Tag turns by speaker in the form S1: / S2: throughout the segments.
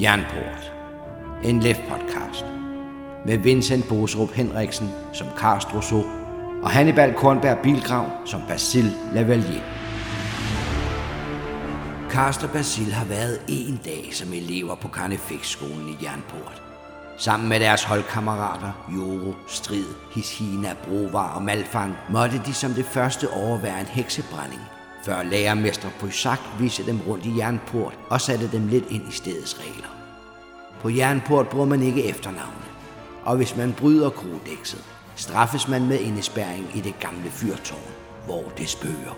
S1: Jernport. En LEF-podcast. Med Vincent Boserup Henriksen som Karst Rousseau og Hannibal Kornberg Bilgrav som Basil Lavalier. Karst og Basil har været en dag som elever på Karnefæksskolen i Jernport. Sammen med deres holdkammerater, Joro, Strid, Hishina, Brovar og Malfang, måtte de som det første overvære en heksebrænding, før lærermester Poisak viste dem rundt i Jernport og satte dem lidt ind i stedets regler. På Jernport bruger man ikke efternavne, og hvis man bryder krodekset, straffes man med indespærring i det gamle fyrtårn, hvor det spøger.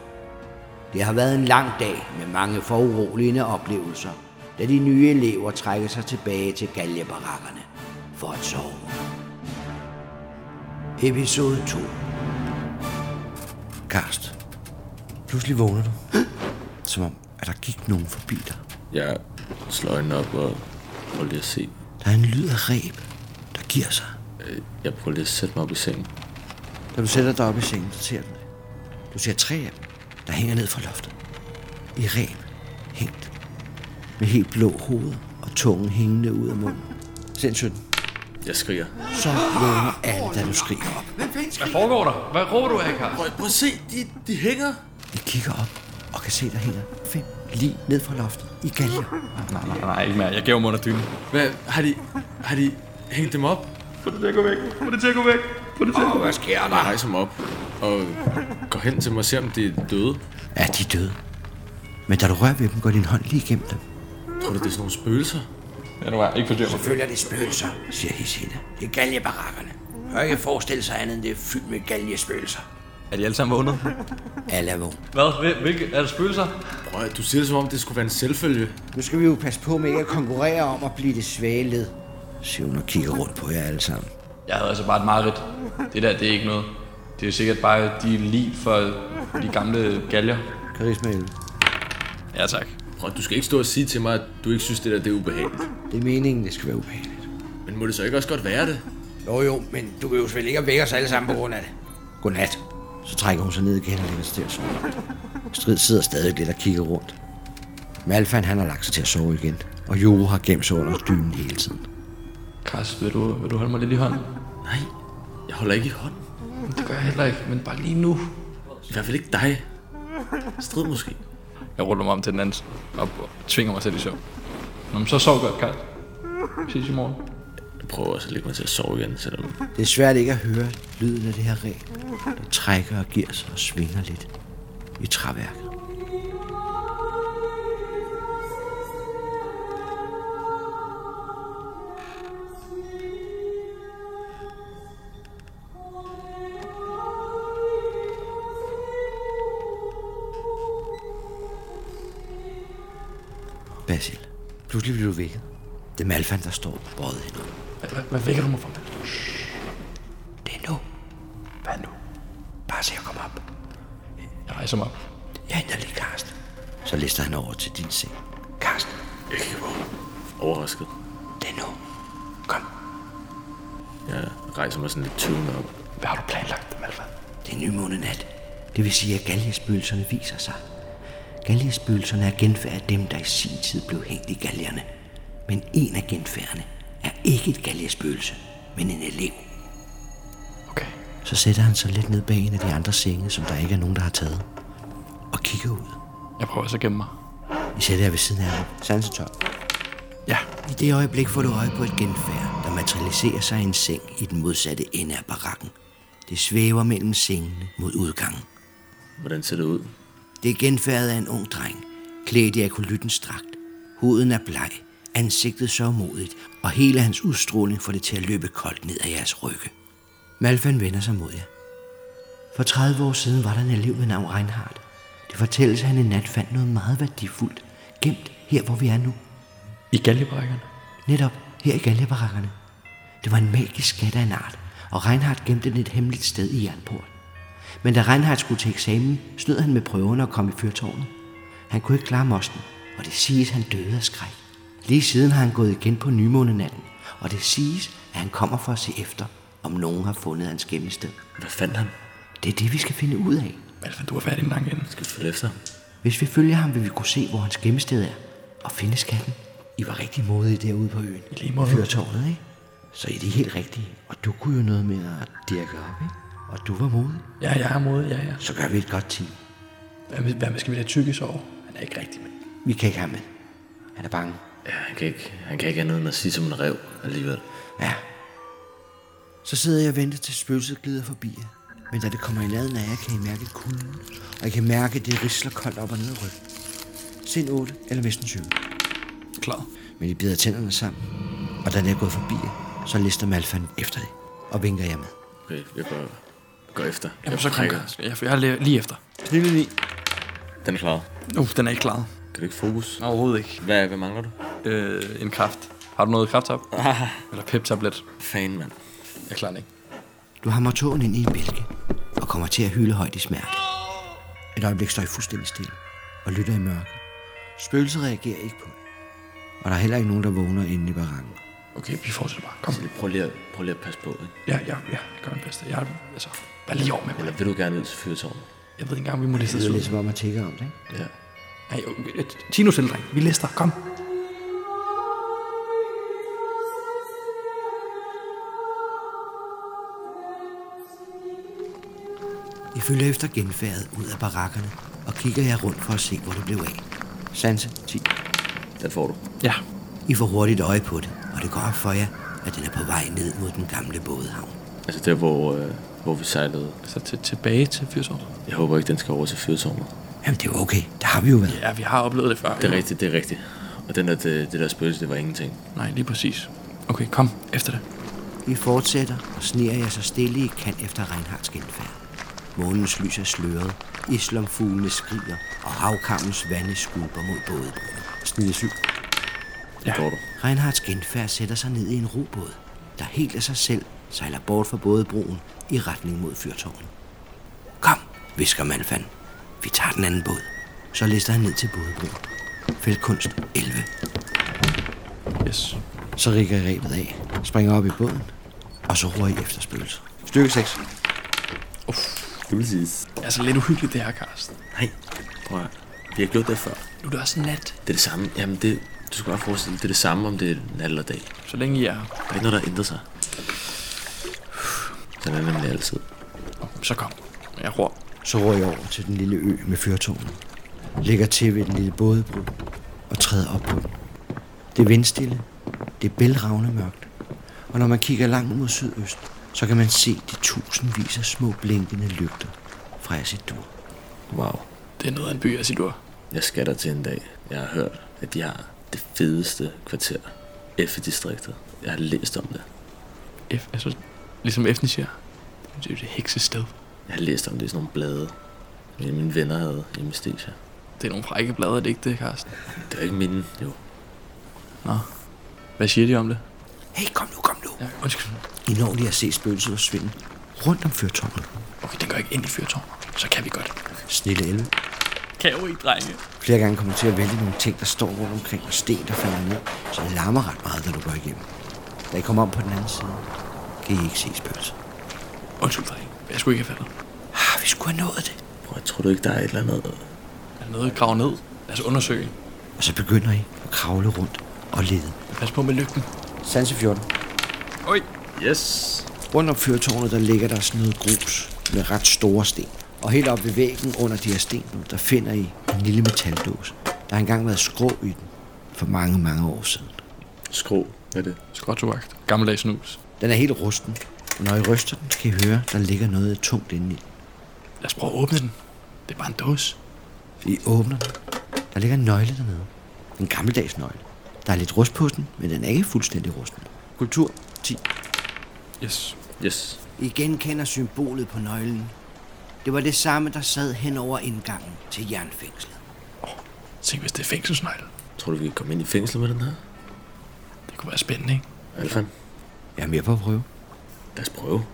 S1: Det har været en lang dag med mange foruroligende oplevelser, da de nye elever trækker sig tilbage til galjebarakkerne for at sove. Episode 2
S2: Karst, pludselig vågner du. Som om, at der gik nogen forbi dig.
S3: Jeg slår øjnene op og prøver lige at se.
S2: Der er en lyd af ræb, der giver sig.
S3: Øh, Jeg prøver lige at sætte mig op i sengen.
S2: Da du sætter dig op i sengen, så ser du det. Du ser tre af dem, der hænger ned fra loftet. I ræb, hængt. Med helt blå hoved og tungen hængende ud af munden. Sindssygt.
S3: Jeg skriger.
S2: Så vågner alle, da du skriger op.
S4: Foregår der? Hvad råber du af, Karl?
S3: Prøv, prøv at se, de, de hænger.
S2: De kigger op og kan se, der hænger fem lige ned fra loftet i galger.
S4: Nej, ikke mere. Jeg gav mig under dynen.
S3: Hvad, har de, har de hængt dem op? Få det til at gå væk. Få det til at gå væk. Få det til at gå væk. Hvad sker der? Jeg rejser mig op og går hen til mig og ser, om de er døde.
S2: Ja, de er døde. Men da du rører ved dem, går din hånd lige igennem dem,
S3: Tror du, det er sådan nogle spøgelser?
S4: Ja, nu er jeg ikke forstyrret mig.
S1: Følger det spøgelser,
S2: siger Hesina.
S1: det er galjebarakkerne. Man kan ikke forestille sig andet end det er fyldt med galjespøgelser.
S4: Er de alle sammen vågnet?
S1: Alle er vågen.
S4: Hvad? Hvil- Hvilke? Er der spøgelser?
S3: Prøv, at- du siger det, som om det skulle være en selvfølge.
S1: Nu skal vi jo passe på med ikke at konkurrere om at blive det svage led.
S2: Siger hun og kigger rundt på jer alle sammen.
S4: Jeg havde altså bare et mareridt. Det der, det er ikke noget. Det er sikkert bare de lige for de gamle galger.
S2: Karisma 11.
S4: Ja, tak.
S3: Prøv, at- du skal ikke stå og sige til mig, at du ikke synes, det der det er ubehageligt.
S2: Det er meningen, det skal være ubehageligt.
S3: Men må det så ikke også godt være det?
S1: Jo jo, men du kan jo selvfølgelig ikke vække os alle sammen på grund af det. Godnat.
S2: Så trækker hun sig ned igen og lægger sig til at sove. Strid sidder stadig lidt og kigger rundt. Malfan han har lagt sig til at sove igen, og Joro har gemt sig under dynen hele tiden.
S4: Kras, vil du, vil du holde mig lidt i hånden?
S3: Nej, jeg holder ikke i hånden.
S4: Det gør jeg heller ikke, men bare lige nu.
S3: I hvert fald ikke dig. Strid måske.
S4: Jeg ruller mig om til den anden og tvinger mig selv i søvn. Nå, men så sov godt, Karl. Vi ses i morgen.
S3: Jeg prøver også at lægge mig til at sove igen, selvom
S2: Det er svært ikke at høre lyden af det her ræb, der trækker og giver sig og svinger lidt i træværket. Basil, pludselig bliver du vækket. Det er Malfan, der står på bøjet henover.
S4: Hvad- hvad- Hvad vækker du mig for?
S2: Det er nu. Hvad nu? Bare se at komme op.
S4: Jeg rejser mig op.
S2: Jeg henter lige Karsten. Så lister han over til din seng. Karsten,
S3: Jeg kigger på ham. Overrasket.
S2: det er nu. Kom.
S3: Jeg rejser mig sådan lidt tøvende op.
S4: Hvad har du planlagt, Malfa?
S2: Det er nymånenat. Det vil sige, at galjespøgelserne viser sig. Galjespøgelserne er genfærd af dem, der i sin tid blev hængt i galjerne. Men en af genfærdene er ikke et galjespøgelse, men en elev.
S4: Okay.
S2: Så sætter han sig lidt ned bag en af de andre senge, som der ikke er nogen, der har taget. Og kigger ud.
S4: Jeg prøver så at gemme mig.
S2: I sætter jer ved siden af ham. Sansetop.
S4: Ja.
S2: I det øjeblik får du øje på et genfærd, der materialiserer sig i en seng i den modsatte ende af barakken. Det svæver mellem sengene mod udgangen.
S3: Hvordan ser det ud?
S2: Det er genfærdet af en ung dreng, klædt i akolyttens dragt. Huden er bleg, ansigtet så modigt, og hele hans udstråling får det til at løbe koldt ned ad jeres rygge. Malfan vender sig mod jer. For 30 år siden var der en elev ved navn Reinhardt. Det fortælles, at han en nat fandt noget meget værdifuldt, gemt her, hvor vi er nu.
S4: I galgebrækkerne?
S2: Netop her i galgebarakkerne. Det var en magisk skat af en art, og Reinhardt gemte den et hemmeligt sted i jernport. Men da Reinhardt skulle til eksamen, snød han med prøverne og kom i fyrtårnet. Han kunne ikke klare mosten, og det siges, han døde af skræk. Lige siden har han gået igen på nymånenatten, og det siges, at han kommer for at se efter, om nogen har fundet hans gemmested.
S3: Hvad fandt han?
S2: Det er det, vi skal finde ud af.
S4: Malfa, du har været i den lange ende.
S3: Skal vi følge efter ham?
S2: Hvis vi følger ham, vil vi kunne se, hvor hans gemmested er, og finde skatten. I var rigtig modige derude på øen. I lige måde. Fyrtårnet, ikke? Så I er de helt rigtige. Og du kunne jo noget med at dirke op, ikke? Og du var modig.
S4: Ja, jeg er modig, ja, ja.
S2: Så gør vi et godt team.
S4: Hvad, med- hvad med- skal vi lade tykkes over? Han er ikke rigtig med.
S2: Vi kan ikke have med. Han er bange.
S3: Ja, han kan ikke, han kan ikke andet end at sige som en rev alligevel.
S2: Ja. Så sidder jeg og venter til spøgelset glider forbi jer. Men da det kommer i nærheden af jer, kan I mærke kulden. Og I kan mærke, at det risler koldt op og ned ad ryggen. Sind 8 eller næsten 20.
S4: Klar.
S2: Men I bider tænderne sammen. Og da det er gået forbi jer, så lister Malfan efter det. Og vinker jer med.
S5: Okay, jeg går, går efter.
S4: Jamen, så
S5: prikker.
S4: kom jeg, for jeg er lige- lige efter.
S2: Kniven i.
S3: Den er klar.
S4: Uh, den er ikke klaret.
S5: Kan du ikke fokus?
S6: Overhovedet ikke.
S3: Hvad, hvad mangler du?
S6: Øh, en kraft. Har du noget krafttab? Eller pep-tablet?
S3: Fan, mand.
S6: Jeg klarer den ikke.
S2: Du hammer tåen ind i en bælke. Og kommer til at hylde højt i smerte. Et øjeblik står I fuldstændig stille. Og lytter i mørke. Spøgelset reagerer ikke på det. Og der er heller ikke nogen, der vågner inde i barakken.
S4: Okay, vi fortsætter bare. Kom.
S3: Så lige prøv lige at, prøv lige at passe på, ikke?
S4: Ja, ja, ja. Jeg gør min bedste. Jeg er, altså, bare lige over med mig.
S3: Eller vil du gerne ud til fyrtårnet?
S4: Jeg ved ikke engang, vi må liste
S2: Det
S4: os
S2: er
S4: ud.
S2: lidt som om at tænke om det, ikke?
S3: Ja.
S4: Hey, øh, Tino selv, dreng. Vi lister. Kom.
S2: I følger efter genfærdet ud af barakkerne og kigger jer rundt for at se, hvor det blev af. Sanse 10.
S3: Den får du.
S4: Ja.
S2: I får hurtigt øje på det, og det går op for jer, at den er på vej ned mod den gamle bådehavn.
S3: Altså der, hvor, øh, hvor vi sejlede.
S4: Så Altså, til, tilbage til 80 år.
S3: Jeg håber ikke, den skal over til fyrtårnet.
S2: Jamen, det er jo okay. Der har vi jo været.
S4: Ja, vi har oplevet det før.
S3: Det er rigtigt, det er rigtigt. Og den der, det, det der spøgelse, det var ingenting.
S4: Nej, lige præcis. Okay, kom. Efter det.
S2: I fortsætter og sniger jer så stille I kan efter Reinhards genfærd. Månens lys er sløret, islomfuglene skriger, og havkammens vande skulper mod bådebruddet. Snide syv.
S3: Den får du.
S2: Reinhards genfærd sætter sig ned i en robåd, der helt af sig selv sejler bort fra bådebroen i retning mod fyrtårnet. Kom, visker Malfan. Vi tager den anden båd. Så lister han ned til bådebroen. Feltkunst 11.
S4: Yes.
S2: Så rikker jeg rebet af, springer op i båden, og så roer I efter spøgelset. Stykke 6.
S4: Uff.
S3: Du vil sige.
S4: Det er altså lidt uhyggeligt, det her, Karsten.
S3: Nej, prøv at. Vi har gjort det før.
S4: Nu er det også nat.
S3: Det er det samme. Jamen, det, du skal bare forestille dig, det er det samme, om det er nat eller dag.
S4: Så længe I er her.
S3: Der er ikke noget, der har ændret sig. Sådan er det nemlig altid.
S4: Nå, Så kom. Jeg ror.
S2: Så ror jeg over til den lille ø med fyrtårnet. Ligger til ved den lille bådebro og træder op på den. Det er vindstille. Det er bælragende mørkt. Og når man kigger langt mod sydøst, så kan man se de tusindvis af små blinkende lygter fra Asidur.
S3: Wow.
S4: Det er noget af en by, jeg siger, du er.
S3: Jeg skal der til en dag. Jeg har hørt, at de har det fedeste kvarter. F-distriktet. Jeg har læst om det.
S4: F, altså, ligesom F'en siger, det er jo det heksested.
S3: Jeg har læst om det i sådan nogle blade. Men mine venner havde i Mestisha.
S4: Det er nogle frække blade, er det ikke det, Karsten?
S3: Det var ikke mine, jo.
S4: Hvad siger de om det?
S2: Hey, kom nu, kom nu.
S4: Ja, undskyld.
S2: I når lige at se spøgelset forsvinde rundt om fyrtårnet.
S4: Okay, den går ikke ind i fyrtårn. Så kan vi godt.
S2: Snille elve.
S4: Kan jeg jo ikke, drenge.
S2: Flere gange kommer du til at vælte nogle ting, der står rundt omkring, og sten, der falder ned, så det larmer ret meget, da du går igennem. Da I kommer om på den anden side, kan I ikke se spøgelset.
S4: Undskyld, drenge. Jeg skulle ikke have faldet.
S2: Ah, vi skulle have nået det.
S3: Prøv, tror du ikke, der er et eller andet?
S4: Er der noget at grave ned? Lad os undersøge.
S2: Og så begynder I at kravle rundt og lede.
S4: Pas på med lygten.
S2: Sanse 14.
S4: Oj.
S3: Yes!
S2: Rundt om fyrtårnet, der ligger der sådan noget grus med ret store sten. Og helt oppe ved væggen under de her sten, der finder I en lille metaldåse. Der har engang været skrå i den for mange, mange år siden.
S3: Skrå. Hvad er det?
S4: Skottovagt. Gammeldags snus.
S2: Den er helt rusten, og når I ryster den, kan I høre, der ligger noget tungt inde i den.
S4: Lad os prøve at åbne den. Det er bare en dåse.
S2: I åbner den. Der ligger en nøgle dernede. En gammeldags nøgle. Der er lidt rust på den, men den er ikke fuldstændig rusten. Kultur 10.
S4: Yes.
S3: Yes.
S2: I genkender symbolet på nøglen. Det var det samme, der sad hen over indgangen til jernfængslet.
S4: Se, hvis det er fængselsnøgle.
S3: Tror du, vi kan komme ind i fængsel med den her?
S4: Det kunne være spændende, ikke?
S3: Alfan,
S2: Jeg er med på at prøve.
S3: lad os prøve.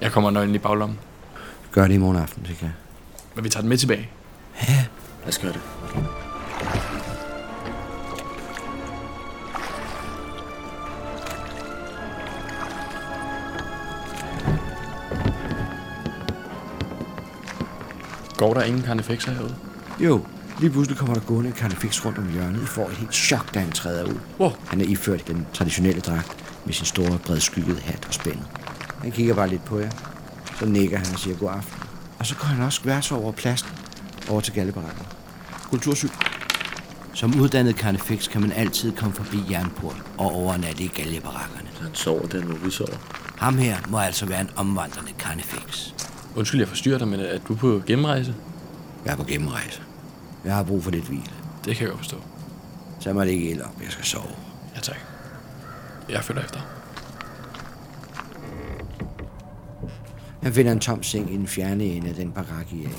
S4: Jeg kommer nøglen i baglommen.
S2: Gør det i morgen aften, det kan jeg.
S4: Men vi tager den med tilbage.
S3: Lad os gøre det.
S4: Går der ingen karnefekser herude?
S2: Jo, Lige pludselig kommer der gående en karnefix rundt om hjørnet. I får et helt chok, da han træder ud. Wow. Han er iført den traditionelle dragt med sin store, bredskyggede hat og spændet. Han kigger bare lidt på jer. Så nikker han og siger god aften. Og så går han også værs over pladsen over til gallebarakken. Kultursyg. Som uddannet karnefix kan man altid komme forbi jernport og overnatte i gallebarakkerne.
S3: Han sover den, hvor vi sover.
S2: Ham her må altså være en omvandrende karnefix.
S4: Undskyld, jeg forstyrrer dig, men er du på gennemrejse?
S2: Jeg er på gennemrejse. Jeg har brug for lidt hvile.
S4: Det kan jeg godt forstå.
S2: Tag mig ikke helt op. Jeg skal sove.
S4: Ja, tak. Jeg følger efter.
S2: Han finder en tom seng i den fjerne ende af den barak, I er i.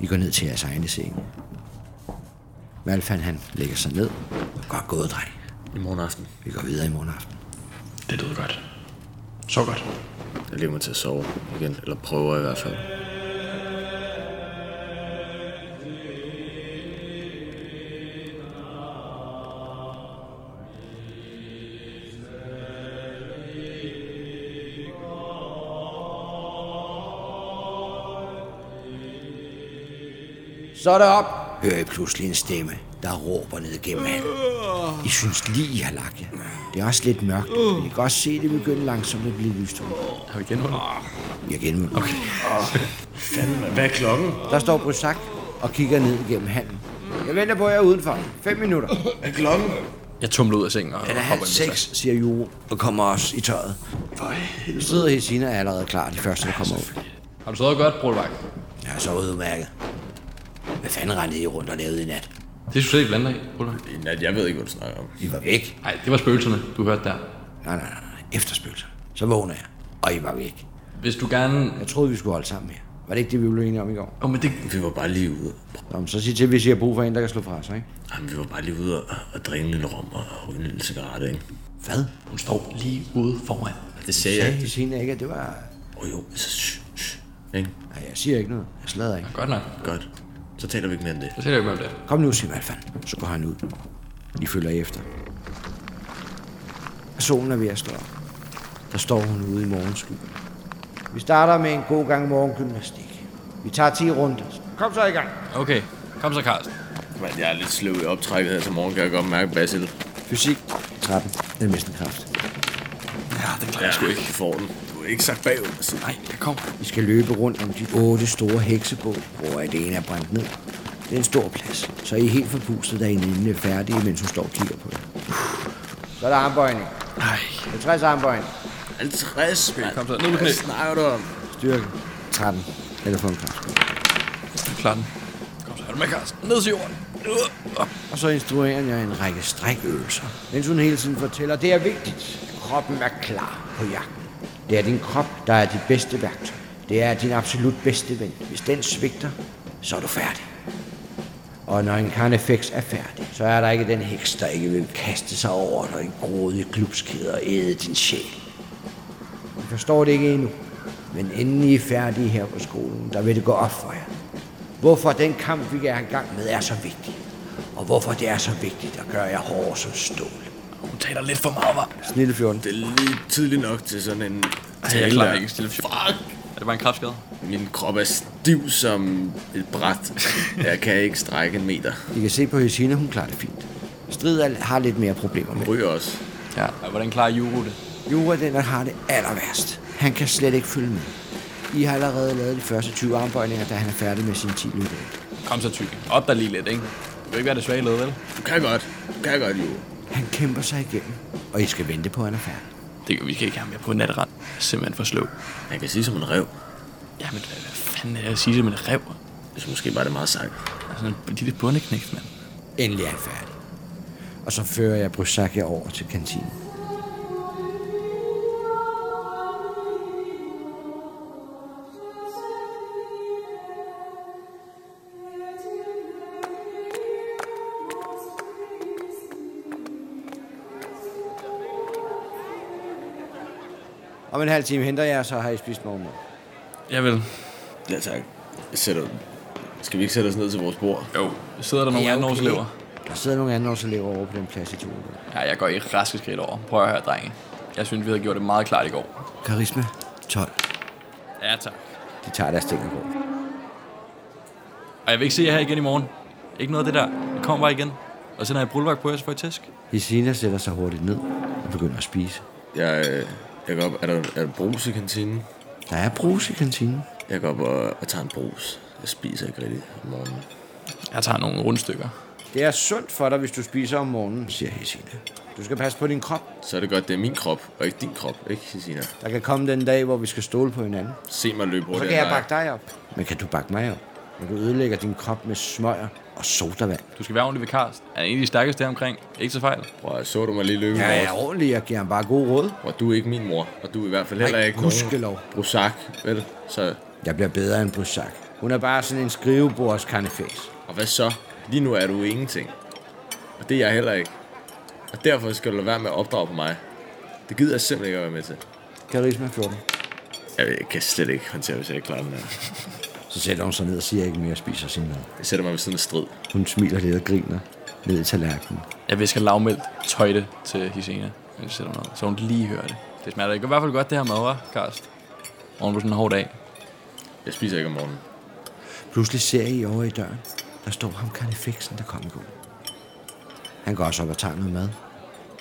S2: I går ned til jeres egne seng. Malfan, han lægger sig ned. Godt gået, dreng.
S3: I morgen aften.
S2: Vi går videre i morgen aften.
S4: Det lyder godt. Så godt.
S3: Jeg lever mig til at sove igen. Eller prøver i hvert fald.
S7: Så er det op.
S2: hører I pludselig en stemme, der råber ned gennem hallen. I synes lige, I har lagt jer. Det er også lidt mørkt, men I kan også se det begynde langsomt at blive lyst. ud.
S4: Har vi genhullet?
S2: Jeg genvender. Okay.
S5: Hvad er klokken?
S2: Der står Brusak og kigger ned igennem hallen. Jeg venter på jer udenfor. 5 minutter.
S5: Er klokken?
S4: Jeg tumler ud af sengen og
S2: Den er
S4: hopper
S2: halv
S4: ind i sengen.
S2: seks, siger Juro, og kommer også i tøjet. Strider og Hesina er allerede klar, de første, der kommer ud.
S6: Har du sovet godt, Brolvagt?
S2: Jeg er så udmærket. Hvad fanden rendte I rundt og lavede i nat?
S6: Det skulle du slet ikke blande dig i, Brolvagt.
S5: I nat, jeg ved ikke, hvad du snakker om.
S2: I var væk.
S6: Nej, det var spøgelserne, du hørte der.
S2: Nej, nej, nej. nej. Efterspøgelser. Så vågner jeg, og I var væk.
S6: Hvis du gerne...
S2: Jeg troede, vi skulle holde sammen her. Var det ikke det, vi blev enige om i går?
S6: Åh, oh, men det...
S3: Vi var bare lige ude.
S2: Nå, men så sig til, hvis I har brug for en, der kan slå fra sig, ikke?
S3: Jamen, vi var bare lige ude og, og drikke en lille rom og ryge en lille cigaret, ikke?
S2: Hvad?
S6: Hun står lige ude foran.
S3: Det sagde jeg
S2: Ja,
S3: ikke.
S2: det siger ikke, at det var...
S3: Åh oh, jo, så shh, shh, ikke?
S2: Nej, jeg siger ikke noget. Jeg slader ikke.
S6: Godt nok.
S3: Godt. Så taler vi ikke mere om det.
S6: Jeg taler ikke mere om det.
S2: Kom nu, siger Malfan. Så går han ud. De følger efter. Solen er ved at stå op. Der står hun ude i morgenskyen. Vi starter med en god gang morgengymnastik. Vi tager 10 runder. Kom så i gang.
S6: Okay, kom så, Karsten.
S5: Men jeg er lidt sløv i optrækket her til morgen, kan jeg godt mærke, Basil.
S2: Fysik 13. Det er mest en kraft.
S4: Ja, det klarer
S5: Jeg
S4: jeg sgu
S5: skulle
S4: ikke.
S5: ikke få den. Du er ikke sagt bagud, Basil.
S4: Nej, jeg kom.
S2: Vi skal løbe rundt om de otte store heksebål, hvor det ene er brændt ned. Det er en stor plads, så I er helt forpustet, da I er færdige, mens hun står og kigger på jer. Så er der armbøjning.
S4: Nej.
S2: 50 armbøjning.
S5: 50, mand.
S4: Kom så, ned med
S5: Hvad
S4: knæ.
S5: snakker du om?
S2: Styrke. 13. Eller få en kraft.
S4: Du klarer den. Kom så, er du med, Karsten? Ned til jorden. Øh, op.
S2: Og så instruerer jeg en række strækøvelser, mens hun hele tiden fortæller, det er vigtigt. Kroppen er klar på jagten. Det er din krop, der er dit bedste værktøj. Det er din absolut bedste ven. Hvis den svigter, så er du færdig. Og når en karnefeks er færdig, så er der ikke den heks, der ikke vil kaste sig over dig i grådige klubskeder og æde din sjæl. Jeg forstår det ikke endnu, men inden I er færdige her på skolen, der vil det gå op for jer. Hvorfor den kamp, vi er i gang med, er så vigtig. Og hvorfor det er så vigtigt at gøre jer hårde som stål.
S4: Hun taler lidt for meget, var.
S2: Snille 14.
S5: Det er lige tidligt nok til sådan en
S4: Ej, jeg klarer
S5: der.
S4: ikke stille fjord.
S5: Fuck!
S4: Er det bare en kraftskade?
S5: Min krop er stiv som et bræt. Jeg kan ikke strække en meter.
S2: I kan se på Hesina, hun klarer det fint. Strid er- har lidt mere problemer med.
S5: Ryger også.
S4: Ja.
S6: Og hvordan klarer Juro det?
S2: Jura, den der har det aller værst. Han kan slet ikke følge med. I har allerede lavet de første 20 armbøjninger, da han er færdig med sin 10 løb.
S6: Kom så, tykke. Op dig lige lidt, ikke? Du kan ikke være det svage led, vel?
S5: Du kan godt. Du kan godt, jo.
S2: Han kæmper sig igennem, og I skal vente på, at han er færdig.
S4: Det kan vi kan ikke have mere på natterand. Jeg er simpelthen for sløv.
S3: Han kan sige som en rev.
S4: Jamen, hvad hvad fanden er det, jeg siger som en rev?
S3: Det er måske bare det meget sagt.
S4: Altså en lille bundeknægt, mand.
S2: Endelig er han færdig. Og så fører jeg Brysak jer over til kantinen. Om en halv time henter jeg, så har I spist morgenmad.
S4: Jeg vil.
S5: Ja, tak. Jeg sætter... Skal vi ikke sætte os ned til vores bord?
S4: Jo. Sidder der nogle
S2: Ja,
S4: andre
S2: okay.
S4: årselever?
S2: Der sidder nogle andre også elever over på den plads i to uger.
S4: Ja, jeg går i raske skridt over. Prøv at høre, drenge. Jeg synes, vi havde gjort det meget klart i går.
S2: Karisma 12.
S4: Ja, tak.
S2: De tager deres ting og går.
S4: Og jeg vil ikke se jer her igen i morgen.
S8: Ikke noget af det der. Jeg kommer bare igen. Og så når jeg brulvagt på jer, så får I tæsk.
S2: Hesina sætter sig hurtigt ned og begynder at spise.
S5: Jeg, øh, jeg går op, er der, er der brus i kantinen?
S2: Der er brus i kantinen.
S3: Jeg går op og, og tager en brus. Jeg spiser ikke rigtigt om morgenen.
S4: Jeg tager nogle rundstykker.
S2: Det er sundt for dig, hvis du spiser om morgenen, siger Hesina. Du skal passe på din krop.
S5: Så er det godt, det er min krop, og ikke din krop, ikke, Sina?
S2: Der kan komme den dag, hvor vi skal stole på hinanden.
S5: Se mig løbe hurtigt.
S2: Så kan jeg bakke dig op. Men kan du bakke mig op? Men du ødelægger din krop med smøger og sodavand.
S8: Du skal være ordentlig ved Karst. Han er en af de stærkeste her omkring. Ikke så fejl.
S5: Bror, så du mig lige løbe
S2: Jeg
S5: ja.
S2: er ordentlig, jeg giver ham bare gode råd.
S5: Bror, du er ikke min mor, og du er i hvert fald heller
S2: Nej,
S5: ikke
S2: gudskelov.
S5: nogen brusak, vel? Så,
S2: Jeg bliver bedre end Brusak. Hun er bare sådan en skrivebordskarnefæs.
S5: og hvad så? Lige nu er du ingenting. Og det er jeg heller ikke. Og derfor skal du lade være med at opdrage på mig. Det gider jeg simpelthen ikke at være med til.
S2: Karisma 14.
S5: Jeg, ved- jeg kan slet ikke håndtere, hvis jeg ikke klarer den her.
S2: Så sætter hun sig ned og siger ikke mere og spiser sin mad.
S5: Jeg sætter mig ved siden af strid.
S2: Hun smiler lidt og griner ned i tallerkenen.
S4: Jeg visker lavmældt tøjte til Hisena, mens jeg sætter mig ned, så hun lige hører det.
S8: Det smager da ikke. I hvert fald godt, det her madre, Karst. Oven på sådan en hård dag.
S5: Jeg spiser ikke om morgenen.
S2: Pludselig ser I over i døren. Der står ham karnefæksen, der kommer gå. Han går også op og tager noget mad.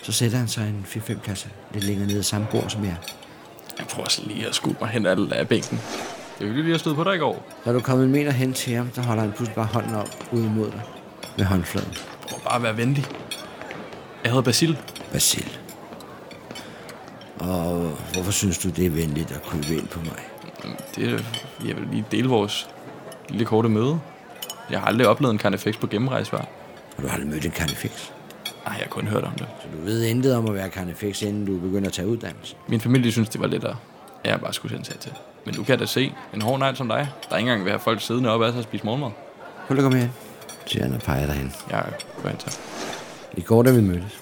S2: Så sætter han sig en 4-5 pladser lidt længere nede i samme bord som jer.
S4: Jeg prøver så lige at skubbe mig hen af, af bænken.
S8: Det er hyggeligt lige at støde på dig i går.
S2: Når du er kommet en meter hen til ham, der holder han pludselig bare hånden op ud imod dig med håndfladen.
S4: Prøv bare at være venlig. Jeg hedder Basil.
S2: Basil. Og hvorfor synes du, det er venligt at krybe ind på mig?
S4: Det er, jeg vil lige dele vores lille korte møde. Jeg har aldrig oplevet en karnefeks på gennemrejse før.
S2: Og du har aldrig mødt en karnefix.
S4: Ej, jeg har kun hørt om det.
S2: Så du ved intet om at være karnefix, inden du begynder at tage uddannelse.
S4: Min familie synes, det var lettere, at jeg bare skulle sendes hertil. Men nu kan jeg da se, en hård negl som dig, der ikke engang vil have folk siddende op af sig og spise morgenmad.
S2: Prøv lige at komme herhen. Siger han og peger dig hen.
S4: Jeg går hen til.
S2: I går, da vi mødtes.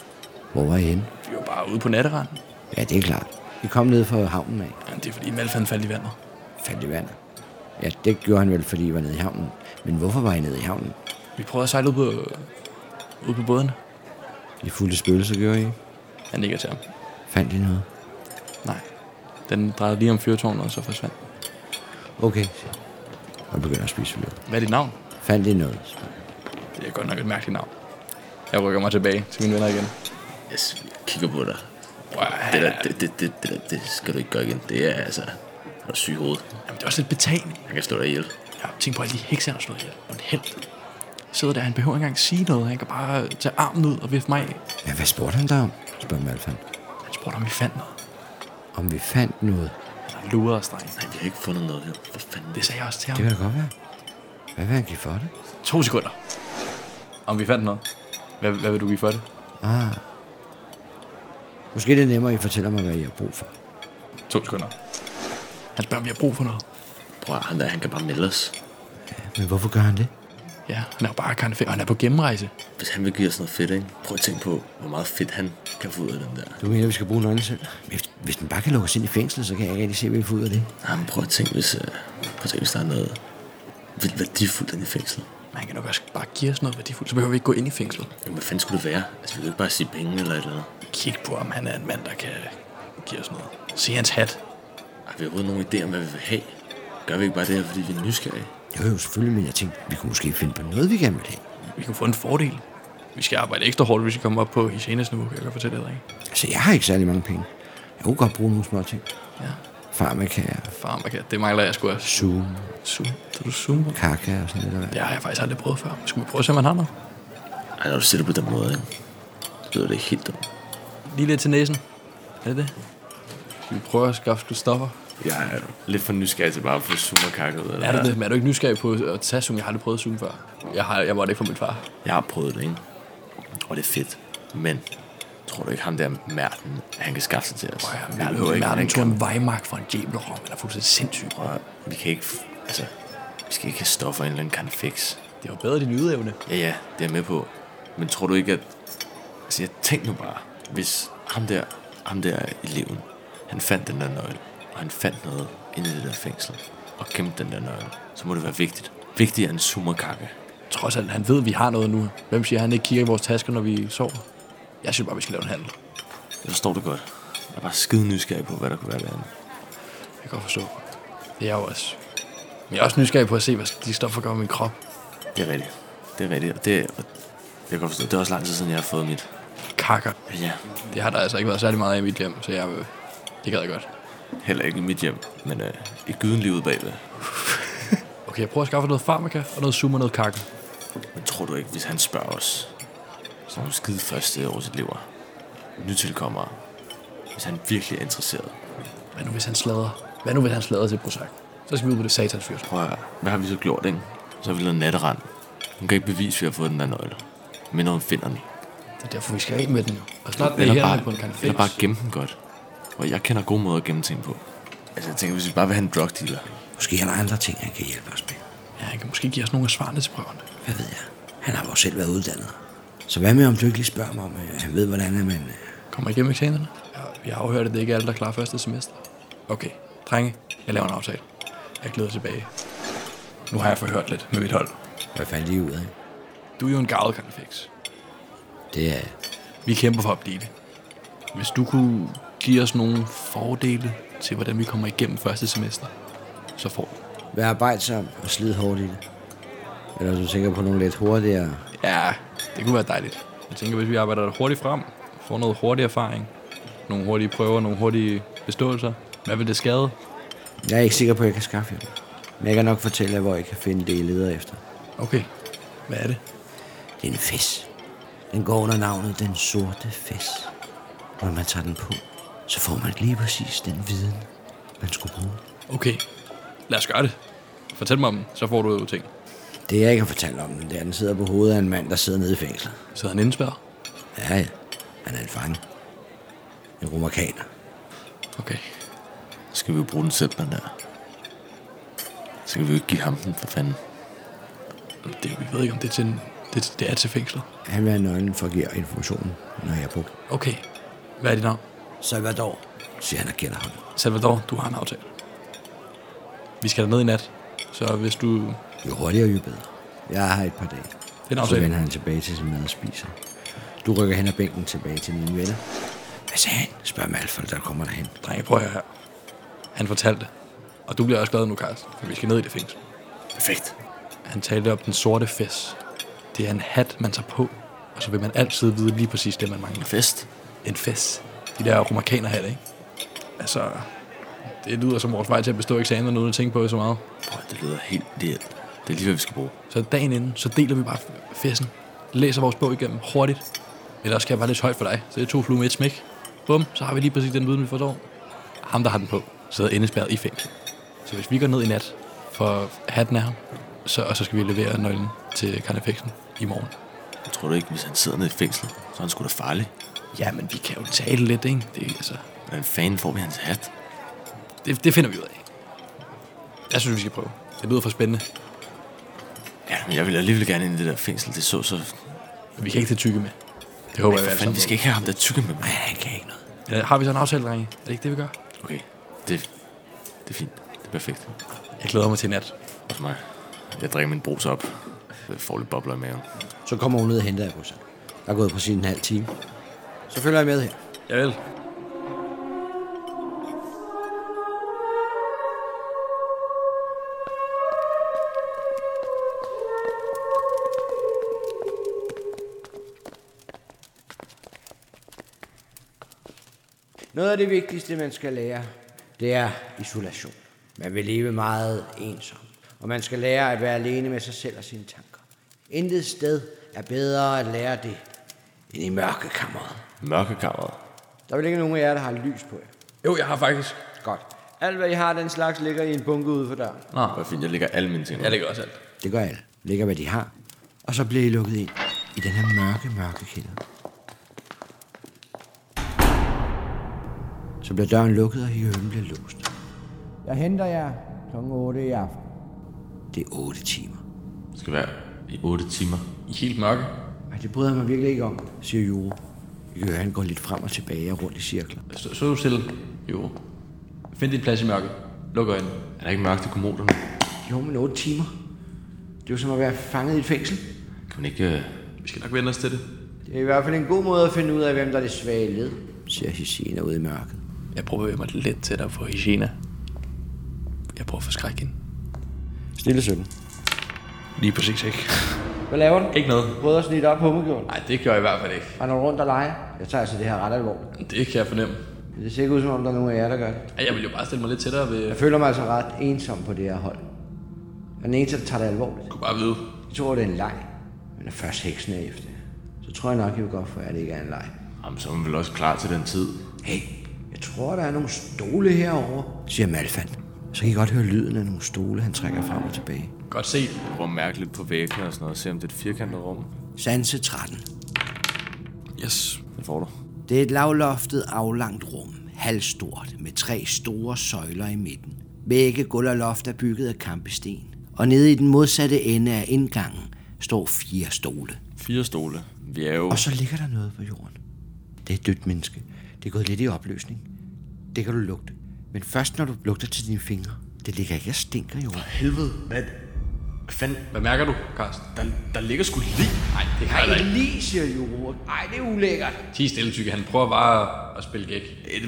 S2: Hvor var I henne?
S4: Vi var bare ude på natteranden.
S2: Ja, det er klart. I kom ned fra havnen af.
S4: Ja, det er fordi Malfan faldt i vandet.
S2: Fandt i vandet. Ja, det gjorde han vel, fordi I var nede i havnen. Men hvorfor var I nede i havnen?
S4: Vi prøvede at sejle ud på, ud på båden.
S2: I fulde spøgelser gjorde I.
S4: Han nikker til ham.
S2: Fandt I noget?
S4: Nej. Den drejede lige om fyrtårnet, og så forsvandt. den.
S2: Okay, siger han. Og begynder at spise videre.
S4: Hvad er dit navn?
S2: Fandt I noget? spørger han.
S4: Det er godt nok et mærkeligt navn. Jeg rykker mig tilbage til mine venner igen.
S3: Jeg s- kigger på dig.
S4: Wow,
S3: Det, der, det, det, det, det, der, det skal du ikke gøre igen. Det er altså... Han er syg i hovedet.
S4: Jamen, det er også lidt betagende.
S3: Han kan slå dig ihjel.
S4: Ja, tænk på alle de hekser, han har slået ihjel. Og en held. Sidder der, han behøver ikke engang sige noget. Han kan bare tage armen ud og vifte mig af.
S2: Ja, hvad spurgte han dig om? spørger Malfan.
S4: Han spurgte, om vi fandt noget.
S2: Om vi fandt noget.
S4: Han lurede os, dreng.
S3: Nej, vi har ikke fundet noget her. For fanden.
S4: Det sagde jeg også til
S2: Det
S4: ham.
S2: kan da godt være. Hvad vil han give for det?
S4: To sekunder.
S8: Om vi fandt noget.
S4: Hvad, hvad vil du give for det?
S2: Måske er det nemmere, at I fortæller mig, hvad I har brug for.
S8: To sekunder.
S4: Han spørger, om vi har brug for noget.
S3: Prøv at han der, han kan bare melde os.
S2: Men hvorfor gør han det?
S4: Ja, han er jo bare karnefæ, og han er på gennemrejse.
S3: Hvis han vil give os noget fedt, ikke? Prøv at tænke på, hvor meget fedt han kan få ud af den der.
S2: Du mener, vi skal bruge nøglen selv? Hvis, hvis den bare kan lukkes ind i fængslet, så kan jeg ikke rigtig se, hvad vi får ud af det.
S3: Nej, men prøv at tænke, hvis, øh, prøv at tænke, hvis der er noget vildt værdifuldt inde i fængslet.
S4: Men han kan nok også bare give os noget værdifuldt, så behøver vi ikke gå ind i fængslet.
S3: Jamen, hvad fanden skulle det være? Altså, vi kan jo ikke bare sige penge eller et eller andet.
S4: Kig på, om han er en mand, der kan give os noget. Se hans hat.
S3: Har vi overhovedet nogen idé om, hvad vi vil have? Gør vi ikke bare det her, fordi vi er nysgerrige?
S2: Jeg hører jo selvfølgelig, men jeg tænkte, vi kunne måske finde på noget, vi gerne vil have.
S4: Vi kunne få en fordel. Vi skal arbejde ekstra hårdt, hvis vi kommer op på Hisenas niveau, kan jeg godt fortælle dig. ikke?
S2: Altså, jeg har ikke særlig mange penge. Jeg kunne godt bruge nogle små ting.
S4: Ja.
S2: Farmaka,
S4: Farmaka, det mangler jeg sgu også.
S2: Zoom,
S4: Zoom. Så du zoomer.
S2: kaka og sådan noget.
S4: Det har jeg faktisk aldrig prøvet før. Skal vi prøve at se, om han har noget?
S3: Ej, når du siger det på den måde, ikke? Så lyder det helt dumt.
S4: Lige lidt til næsen. Er det det? Skal vi prøve at skaffe stoffer?
S5: Jeg er lidt for nysgerrig til bare at få summerkakket ud af
S4: Er
S5: her.
S4: det det? Men er du ikke nysgerrig på at tage Zoom? Jeg har aldrig prøvet Zoom før. Jeg, har, jeg var det ikke fra min far.
S3: Jeg har prøvet det, ikke? Og det er fedt. Men tror du ikke, ham der Merten, han kan skaffe sig til os? Vi behøver ikke
S4: Jeg
S3: Merten.
S4: tog en Weimar fra en djæblerom. Han er fuldstændig sindssyg.
S3: Og vi kan ikke... f- Altså, vi skal ikke have stoffer i en eller anden kan fix.
S4: Det var bedre din ydeevne.
S3: Ja, ja, det er jeg med på. Men tror du ikke, at... Altså, jeg tænker nu bare, hvis ham der, ham der eleven, han fandt den der nøgle, og han fandt noget inde i det der fængsel, og gemte den der nøgle, så må det være vigtigt. Vigtigere end en summerkakke.
S4: Trods alt, han ved, at vi har noget nu. Hvem siger, at han ikke kigger i vores tasker, når vi sover? Jeg synes bare, vi skal lave en handel.
S3: Jeg forstår det godt. Jeg er bare skide nysgerrig på, hvad der kunne være derinde.
S4: Jeg kan godt forstå. Det er jeg jo også. Men jeg er også nysgerrig på at se, hvad de stoffer gør med min krop.
S3: Det er rigtigt. det er rigtigt. Og det, og jeg kan godt forstå, det er også lang tid siden, jeg har fået mit.
S4: Kakker.
S3: Ja,
S4: Det har der altså ikke været særlig meget af i mit hjem, så jeg, øh, det gad jeg godt.
S3: heller ikke i mit hjem, men øh, i gydenlivet bagved.
S4: Okay, jeg prøver at skaffe noget farmaka og noget summer og noget kakker.
S3: Men tror du ikke, hvis han spørger os, så er hun skide første over sit liv. Nytilkommere. Hvis han virkelig er interesseret.
S4: Hvad nu hvis han slader? Hvad nu hvis han slader til Prozac? Så skal vi ud på det satans fyrtårn.
S3: Prøv at høre, hvad har vi så gjort, ikke? Så har vi lavet natterand. Hun kan ikke bevise, at vi har fået den der nøgle. Men når hun finder den.
S4: Det er derfor, vi skal af med den. jo. Og snart det er
S3: Eller
S4: her på en
S3: bare,
S4: kanfix.
S3: eller bare gemme den godt. Og jeg kender gode måder at gemme ting på. Altså, jeg tænker, hvis vi bare vil have en drug dealer.
S2: Måske er der andre ting, han kan hjælpe os med.
S4: Ja, han kan måske give os nogle af svarene til prøverne.
S2: Hvad ved jeg? Han har jo selv været uddannet. Så hvad med, om du ikke lige spørger mig, om øh, han ved, hvordan man... øh,
S4: Kommer igennem eksamenerne? Jeg, jeg har jo hørt, at det ikke er alle, der klarer første semester. Okay, drenge, jeg laver en aftale. Jeg glæder tilbage. Nu har jeg forhørt lidt med mit hold.
S2: Hvad fandt de ud af?
S4: Du er jo en gavet kanfix.
S2: Det er...
S4: Vi kæmper for at blive det. Hvis du kunne give os nogle fordele til, hvordan vi kommer igennem første semester, så får du.
S2: Vær arbejdsom og slid hårdt i det. Eller er du sikker på nogle lidt hurtigere?
S4: Ja, det kunne være dejligt. Jeg tænker, hvis vi arbejder hurtigt frem, får noget hurtig erfaring, nogle hurtige prøver, nogle hurtige beståelser, hvad vil det skade?
S2: Jeg er ikke sikker på, at jeg kan skaffe jer. dem. Men jeg kan nok fortælle jer, hvor I kan finde det, I leder efter.
S4: Okay, hvad er det?
S2: Det er en fes. Den går under navnet Den Sorte Fes. Og når man tager den på, så får man lige præcis den viden, man skulle bruge.
S4: Okay, lad os gøre det. Fortæl mig om den, så får du jo ting.
S2: Det jeg ikke har fortalt om den, det er, at den sidder på hovedet af en mand, der sidder nede i fængslet.
S4: Så han indspærret?
S2: Ja, ja. Han er en fange. En romerkaner.
S4: Okay.
S3: Så skal vi jo bruge den selv, den der. Så kan vi jo ikke give ham den, for fanden.
S4: Det, vi ved ikke, om det er til, det, det er til fængslet.
S2: Han vil have nøglen for at give informationen, når jeg er på.
S4: Okay, hvad er dit navn?
S2: Salvador, siger han og gælder ham.
S4: Salvador, du har en aftale. Vi skal derned i nat, så hvis du...
S2: Jo hurtigere, jo bedre. Jeg har et par dage.
S4: er en
S2: Så
S4: aftale.
S2: vender han tilbage til sin mad og spiser. Du rykker hen ad bænken tilbage til mine venner. Hvad sagde han? Spørger Malfoy, der kommer derhen.
S4: Drenge, prøv at høre her. Han fortalte, og du bliver også glad nu, Carsten, for vi skal ned i det fængsel.
S3: Perfekt.
S4: Han talte om den sorte fest. Det er en hat, man tager på, og så vil man altid vide lige præcis det, man mangler.
S3: Fest.
S4: En fest. De der romarkaner hat, ikke? Altså, det lyder som vores vej til at bestå eksamen, uden at tænke på det så meget.
S3: Prøv, det lyder helt ideelt. Det er lige, hvad vi skal bruge.
S4: Så dagen inden, så deler vi bare festen. Læser vores bog igennem hurtigt. Eller skal jeg bare læse højt for dig, så det er to fluer med et smæk. Bum, så har vi lige præcis den viden, vi forstår. Ham, der har den på, sidder indespærret i fængsel. Så hvis vi går ned i nat for hatten af ham, så, og så skal vi levere nøglen til Carnifexen i morgen.
S3: Jeg tror du ikke, hvis han sidder nede i fængslet, så er han sgu da farlig.
S4: Ja, men vi kan jo tale lidt, ikke? Det, altså,
S3: Hvordan fanden får vi hans hat?
S4: det, det finder vi ud af. Jeg synes, vi skal prøve. Det lyder for spændende.
S3: Ja, men jeg vil alligevel gerne ind i det der fængsel. Det så så...
S4: Vi kan ikke tage tykke med. Det håber jeg, altså
S3: For fanden,
S4: vi alle
S3: vi skal
S4: sammen.
S3: ikke have ham der tykke med mig.
S2: altså Han kan ikke noget.
S4: Eller Har vi så en aftale, drenge? Er det ikke det, vi gør?
S3: Okay, det, det er fint. Det er perfekt.
S4: Jeg glæder mig til i nat.
S3: Også mig. Jeg drikker min brus op. Jeg får lidt bobler i maven.
S2: Så kommer hun ned og henter jer på sig. Der er gået præcis en halv time. Så følger jeg med her.
S4: Jeg vil.
S2: Noget af det vigtigste, man skal lære, det er isolation. Man vil leve meget ensom, og man skal lære at være alene med sig selv og sine tanker. Intet sted er bedre at lære det, end i mørkekammeret.
S3: Mørkekammeret.
S2: Der vil ikke nogen af jer, der har lys på jer.
S4: Jo, jeg har faktisk.
S2: Godt. Alt, hvad I har den slags, ligger i en bunke ude for døren.
S3: Det var fint. Jeg lægger alle mine ting.
S4: Jeg lægger også alt.
S2: Det gør alle. Ligger, hvad de har. Og så bliver I lukket ind i den her mørke, mørke kælder. Så bliver døren lukket, og hylden bliver låst. Jeg henter jer kl. 8 i aften. Det er 8 timer.
S3: Det skal være i 8 timer.
S4: I helt mørke.
S2: Ej, det bryder jeg mig virkelig ikke om, siger Jure. I kan høre, han går lidt frem og tilbage og rundt i cirkler.
S4: Så, så er du stille. Jo. Find dit plads i mørket. Luk øjnene.
S3: Er der ikke mørkt i kommoderne?
S2: Jo, men 8 timer. Det er jo som at være fanget i et fængsel.
S3: Kan man ikke... øh,
S4: Vi skal nok vende os til det.
S2: Det er i hvert fald en god måde at finde ud af, hvem der er det svage led, siger Hysina ude i mørket.
S4: Jeg prøver mig lidt tættere på Hygiena. Jeg prøver at forskrække hende.
S2: Stille søvn.
S4: Lige præcis ikke.
S2: Hvad laver den?
S6: Ikke noget.
S2: Prøvede at snit op på hummekjolen.
S6: Nej, det gjorde jeg i hvert fald ikke.
S2: Render du rundt og leger? Jeg tager altså det her ret alvorligt.
S6: Det kan jeg fornemme.
S2: Det ser ikke ud som om, der er nogen af jer, der gør det.
S6: Ej, Jeg ville jo bare stille mig lidt tættere ved...
S2: Jeg
S6: Jeg
S2: føler mig altså ret ensom på det her hold. Jeg er den eneste, der tager det alvorligt.
S6: kunne bare vide.
S2: Jeg tror, det er en leg. Men når først heksen er efter, så tror jeg nok, jeg vil godt for, at det ikke er en leg.
S3: Jamen, så er man vel også klar til den tid.
S2: Hey, jeg tror, der er nogle stole herovre, siger Malfan. Så kan I godt høre lyden af nogle stole, han trækker frem og tilbage.
S6: Godt set.
S3: Prøv at mærke lidt på væggene og sådan noget, og se om det er et firkantet rum.
S2: Sanse 13.
S4: Yes.
S3: Den får du.
S2: Det er et lavloftet, aflangt rum, halvstort, med tre store søjler i midten. Begge gulv og loft er bygget af kampesten, og nede i den modsatte ende af indgangen står fire stole.
S3: Fire stole. Vi er jo...
S2: Og så ligger der noget på jorden. Det er et dødt menneske. Det er gået lidt i opløsning. Det kan du lugte. Men først når du lugter til dine fingre. Det ligger ikke og stinker jo.
S3: Helvede, hvad? Fanden,
S6: Hvad mærker du, Karsten?
S3: der, der ligger sgu lige.
S6: Nej, det kan jeg ikke.
S2: lige, siger Juro. Ej, det er ulækkert.
S6: Ti stille, tykke. Han prøver bare at spille gæk.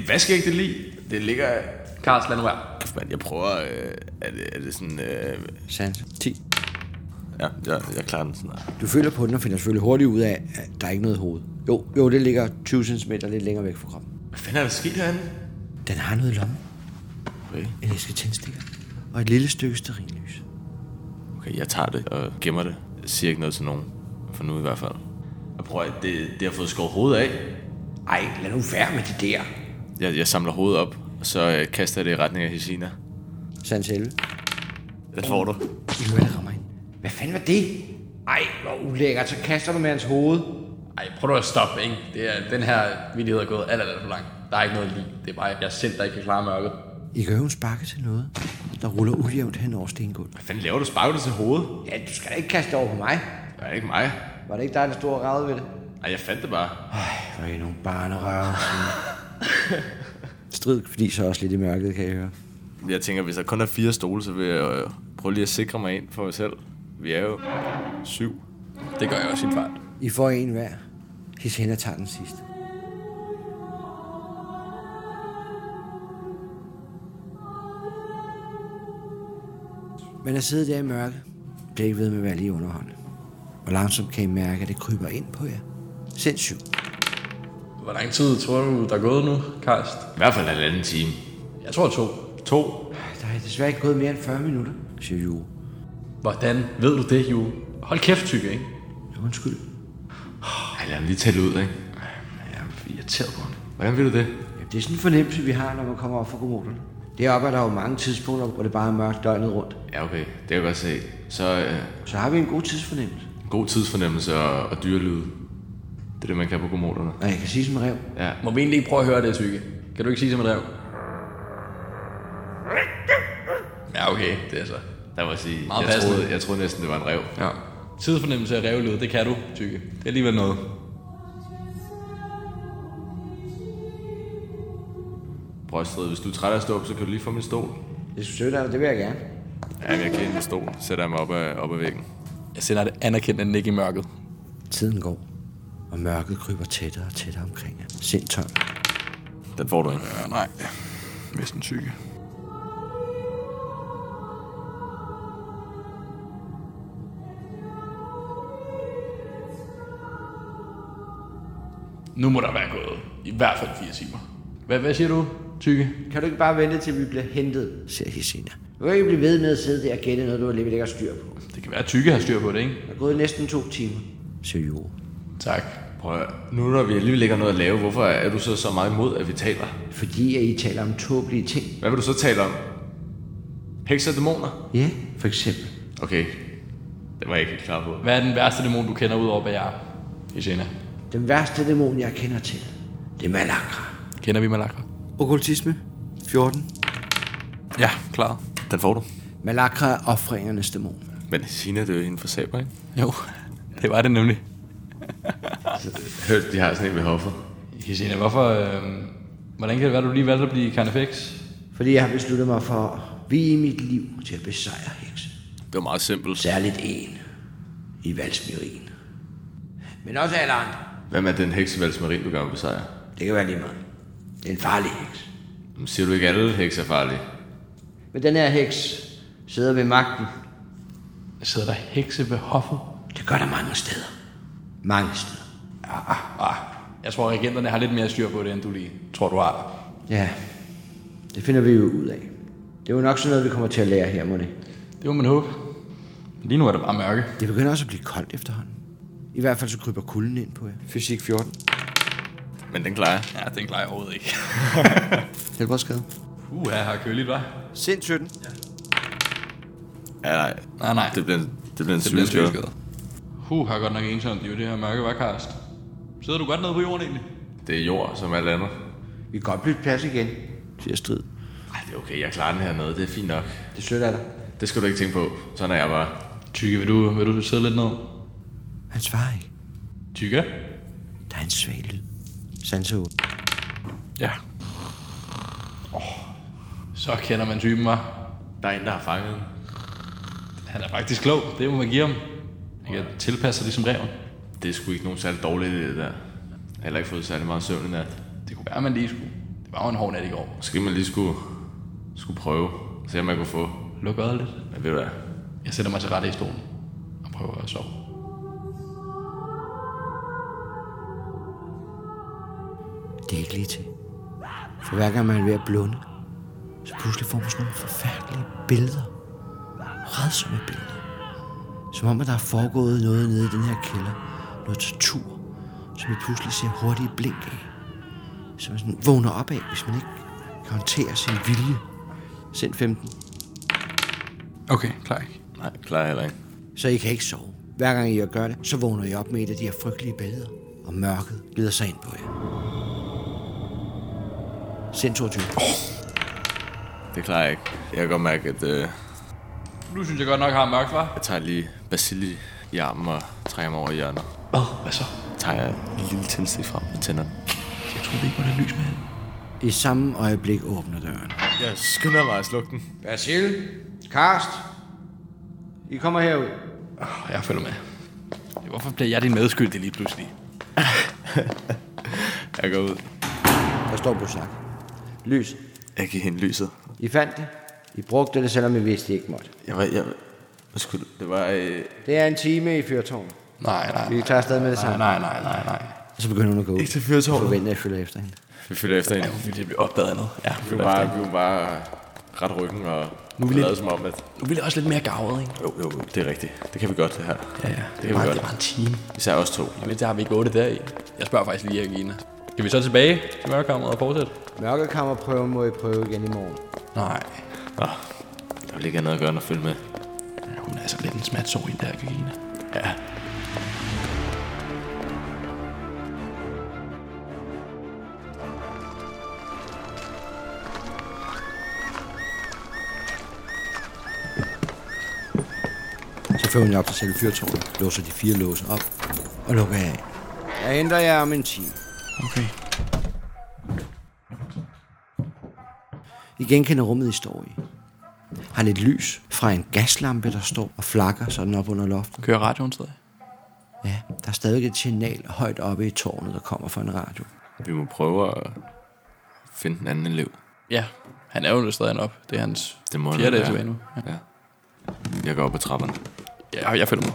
S3: Hvad skal jeg ikke det lige? Det ligger...
S6: Karsten, lad nu være.
S3: Kæft, mand, jeg prøver... Øh, er, det, er det sådan... Øh,
S2: Sanse.
S3: 10? Ja, jeg, jeg klarer den sådan her.
S2: Du føler på den og finder selvfølgelig hurtigt ud af, at der er ikke noget hoved. Jo, jo, det ligger 20 cm lidt længere væk fra kroppen.
S3: Hvad fanden er der sket herinde?
S2: Den har noget i lommen.
S3: Okay.
S2: En æske tændstikker. Og et lille stykke sterinlys.
S3: Okay, jeg tager det og gemmer det. Jeg siger ikke noget til nogen. For nu i hvert fald. Jeg prøver, at det, det har fået skåret hovedet af.
S7: Ej, lad nu være med det der.
S3: Jeg, jeg samler hovedet op, og så øh, kaster jeg det i retning af Hesina.
S2: Sanse 11.
S3: Den får du.
S2: I hører, det rammer hende.
S7: Hvad fanden var det? Ej, hvor ulækkert. Så kaster du med hans hoved.
S6: Ej, prøv nu at stoppe, ikke? Det er, den her vidighed er gået alt, alt, alt for langt. Der er ikke noget lige. Det er bare, jeg er selv, der ikke kan klare mørket.
S2: I kan høre, hun sparker til noget, der ruller ujævnt hen over stengulvet.
S3: Hvad fanden laver du? Sparker du til hovedet?
S7: Ja, du skal da ikke kaste over på mig.
S3: Det er ikke mig.
S2: Var det ikke dig, der stod og ragede ved det?
S3: Ej, jeg fandt det bare.
S2: Der er nogle barnerøver. Strid fordi så også lidt i mørket, kan jeg høre.
S3: Jeg tænker, hvis der kun er fire stole, så vil jeg øh, prøve lige at sikre mig ind for mig selv. Vi er jo syv.
S4: Det gør jeg også i en fart.
S2: I får en hver. His hænder tager den sidste. Men at sidde der i mørke, bliver ikke ved med at være lige underhånden. Og langsomt kan I mærke, at det kryber ind på jer. Sindssygt.
S6: Hvor lang tid tror du, der er gået nu, Karst?
S3: I hvert fald en halvanden time.
S6: Jeg tror to.
S3: To.
S2: Der er desværre ikke gået mere end 40 minutter, siger Jure.
S6: Hvordan ved du det, Jule? Hold kæft, tykke, ikke?
S2: Undskyld.
S3: Ej, lad ham lige tælle ud, ikke?
S6: Jeg er irriteret på ham.
S3: Hvordan vil du det?
S2: Jamen, det er sådan en fornemmelse, vi har, når man kommer op fra kommunen. Deroppe er der jo mange tidspunkter, hvor det bare er mørkt døgnet rundt.
S3: Ja, okay. Det kan jeg godt se. Så øh,
S2: Så har vi en god tidsfornemmelse.
S3: god tidsfornemmelse og, og dyrelyde. Det er det, man kan på kommoderne.
S2: Og jeg kan sige som en rev,
S6: Må vi egentlig ikke prøve at høre det, tykke? Kan du ikke sige som et rev? Ja, okay, det er så.
S3: Der må jeg sige,
S6: Meget
S3: jeg
S6: passende.
S3: troede, jeg troede næsten, det var en rev.
S6: Ja.
S4: Tidsfornemmelse af revlød, det kan du, tykke. Det er alligevel noget.
S3: Brøstred, hvis du er træt af at stå op, så kan du lige få min stol.
S2: det er så sødt af dig, det vil jeg gerne.
S3: Ja, jeg kan min stol. Sætter jeg mig op ad, op ad væggen.
S4: Jeg sender et anerkendende nik i mørket.
S2: Tiden går, og mørket kryber tættere og tættere omkring jer. Sind tom.
S3: Den får du ikke.
S4: Ja, nej. Hvis den tykke.
S6: Nu må der være gået i hvert fald fire timer. Hvad, hvad siger du, tykke?
S2: Kan du ikke bare vente, til vi bliver hentet, siger Hisina. Du kan ikke blive ved med at sidde der og gætte noget, du alligevel ikke har styr på.
S6: Det kan være, at tykke har styr på det, ikke?
S2: Der er gået næsten to timer, siger Jure.
S6: Tak.
S3: Prøv at- nu når vi alligevel ikke har noget at lave, hvorfor er du så så meget imod, at vi taler?
S2: Fordi at I taler om tåbelige ting.
S3: Hvad vil du så tale om? Hekser og dæmoner?
S2: Ja, for eksempel.
S3: Okay, det var jeg ikke helt klar på.
S4: Hvad er den værste dæmon, du kender ud over hvad jeg er? Isena.
S2: Den værste dæmon, jeg kender til, det er Malakra.
S4: Kender vi Malakra?
S2: Okkultisme 14.
S4: Ja, klar.
S3: Den får du.
S2: Malakra er offringernes dæmon.
S3: Men Sina, det er jo hende for Saber, ikke?
S4: Jo, det var det nemlig.
S3: Hørte, de har sådan en ved hoffet.
S4: Isena, hvorfor... Øh, hvordan kan det være, du lige valgte at blive Carnifex?
S2: Fordi jeg har besluttet mig for at vie mit liv til at besejre hekse.
S3: Det var meget simpelt.
S2: Særligt en i Valsmyrien. Men også alle andre.
S3: Hvem er den heksevals Marin, du gerne vil besejre?
S2: Det kan være lige meget. Det er en farlig heks.
S3: Men Siger du ikke, at alle hekser er farlige?
S2: Men den her heks sidder ved magten.
S4: Sidder der hekse ved hoffet?
S7: Det gør der mange steder. Mange steder.
S6: Jeg tror, regenterne har lidt mere styr på det, end du lige tror, du har.
S2: Ja, det finder vi jo ud af. Det er jo nok sådan noget, vi kommer til at lære her, Moni.
S6: Det må man håbe. Lige nu er det bare mørke.
S2: Det begynder også at blive koldt efterhånden. I hvert fald så kryber kulden ind på jer. Fysik 14.
S3: Men den klarer jeg.
S6: Ja, den klarer jeg overhovedet ikke.
S2: Helbredsskade.
S6: Uh, her har køligt, hva'?
S2: Sind 17.
S3: Ja, nej.
S6: Nej, nej.
S3: Det bliver en, det bliver en
S6: Det bliver en
S3: sygeskade.
S6: sygeskade. Huh, har godt nok ensomt i det her mørke vakarst. Sidder du godt nede på jorden egentlig?
S3: Det er jord, som alt andet.
S2: Vi kan godt blive plads igen, siger strid.
S3: Ej, det er okay, jeg klarer den hernede, det er fint nok.
S2: Det er sødt af dig.
S3: Det skal du ikke tænke på. Sådan er jeg bare.
S6: Tykke, vil du, vil du sidde lidt ned?
S2: Han svarer ikke.
S6: Tykke?
S2: Der er en svag lyd. Sanse 8.
S4: Ja.
S6: Så kender man typen, hva'?
S3: Der er en, der har fanget den.
S6: Han er faktisk klog, det må man give ham. Han kan tilpasse sig ligesom reven.
S3: Det er sgu ikke nogen særlig dårlig idé, det der. Jeg har heller ikke fået særlig meget søvn i nat.
S6: Det kunne være, man lige skulle. Det var jo en hård nat i går.
S3: Måske man lige skulle, skulle prøve. Se om man kunne få.
S6: Luk øjet lidt.
S3: Men ved du hvad?
S6: Jeg sætter mig til rette i stolen og prøver at sove.
S2: Det er ikke lige til. For hver gang man er ved at blunde, så pludselig får man sådan nogle forfærdelige billeder. Redsomme billeder. Som om, at der er foregået noget nede i den her kælder. Noget tortur, som vi pludselig ser hurtigt blink af. Som man sådan vågner op af, hvis man ikke kan håndtere sin vilje. Send 15.
S4: Okay, klar ikke.
S3: Nej, det klarer jeg heller ikke.
S2: Så I kan ikke sove. Hver gang I gør det, så vågner I op med et af de her frygtelige billeder, og mørket glider sig ind på jer. Send 22.
S3: Det klarer jeg ikke. Jeg kan godt mærke, at øh,
S6: Nu synes jeg godt nok, har mørkt, hva'?
S3: jeg tager lige Basili i armen og trækker mig over hjørnet.
S4: Hvad? Hvad så?
S3: Tager jeg en lille tændstik frem og tænder den.
S4: Jeg troede ikke, hvordan lys med hende.
S2: I samme øjeblik åbner døren.
S3: Jeg skynder mig at slukke den.
S7: Basil, Karst, I kommer herud.
S4: Og jeg følger med. Hvorfor bliver jeg din medskyldig lige pludselig?
S3: Jeg går ud.
S2: Der står Bosak. Lys.
S3: Jeg giver hende lyset.
S2: I fandt det. I brugte det, selvom I vidste, I ikke måtte.
S3: Jeg var... Jeg, hvad skulle du- det var... Øh,
S2: Det er en time i fyrtårnet.
S4: Nej, nej,
S2: Vi tager afsted med det samme.
S4: nej, nej, nej, nej.
S2: Og så begynder hun at gå ud.
S3: Ikke til fyrtårnet.
S2: Jeg forventer, at I følger efter hende.
S3: vi følger efter hende.
S4: Fordi det bliver opdaget af noget. Ja,
S3: Vi var bare, vi var bare ret ryggen og nu vi lavede som om, at...
S4: nu bliver det også lidt mere gavet, ikke?
S3: Jo, jo, det er rigtigt. Det kan vi godt, det her.
S4: Ja, ja.
S3: Det kan vi
S4: bare,
S3: godt.
S4: det er bare en time.
S3: Især os to.
S4: Men der har vi ikke otte dage i. Jeg spørger faktisk lige Regina. Skal vi så tilbage til mørkammeret og fortsætte?
S2: Mørkekammerprøven må I prøve igen i morgen.
S4: Nej.
S3: Nå, der vil ikke andet at gøre end at følge med.
S4: Hun er altså lidt en smat så hende der, Regina.
S3: Ja,
S2: Så fører hun jer op til selve fyrtårnet, låser de fire låse op og lukker jer af. Jeg henter jer om en time. Okay. I genkender rummet, I står i. Har lidt lys fra en gaslampe, der står og flakker sådan op under loftet.
S4: Kører radioen stadig?
S2: Ja, der er stadig et signal højt oppe i tårnet, der kommer fra en radio.
S3: vi må prøve at finde en anden elev.
S4: Ja, han er jo stadig op. Det er hans
S3: Det må han
S4: fjerde dag
S3: være.
S4: tilbage nu. Ja.
S3: Ja. Jeg går op ad trapperne.
S4: Ja, jeg følger med.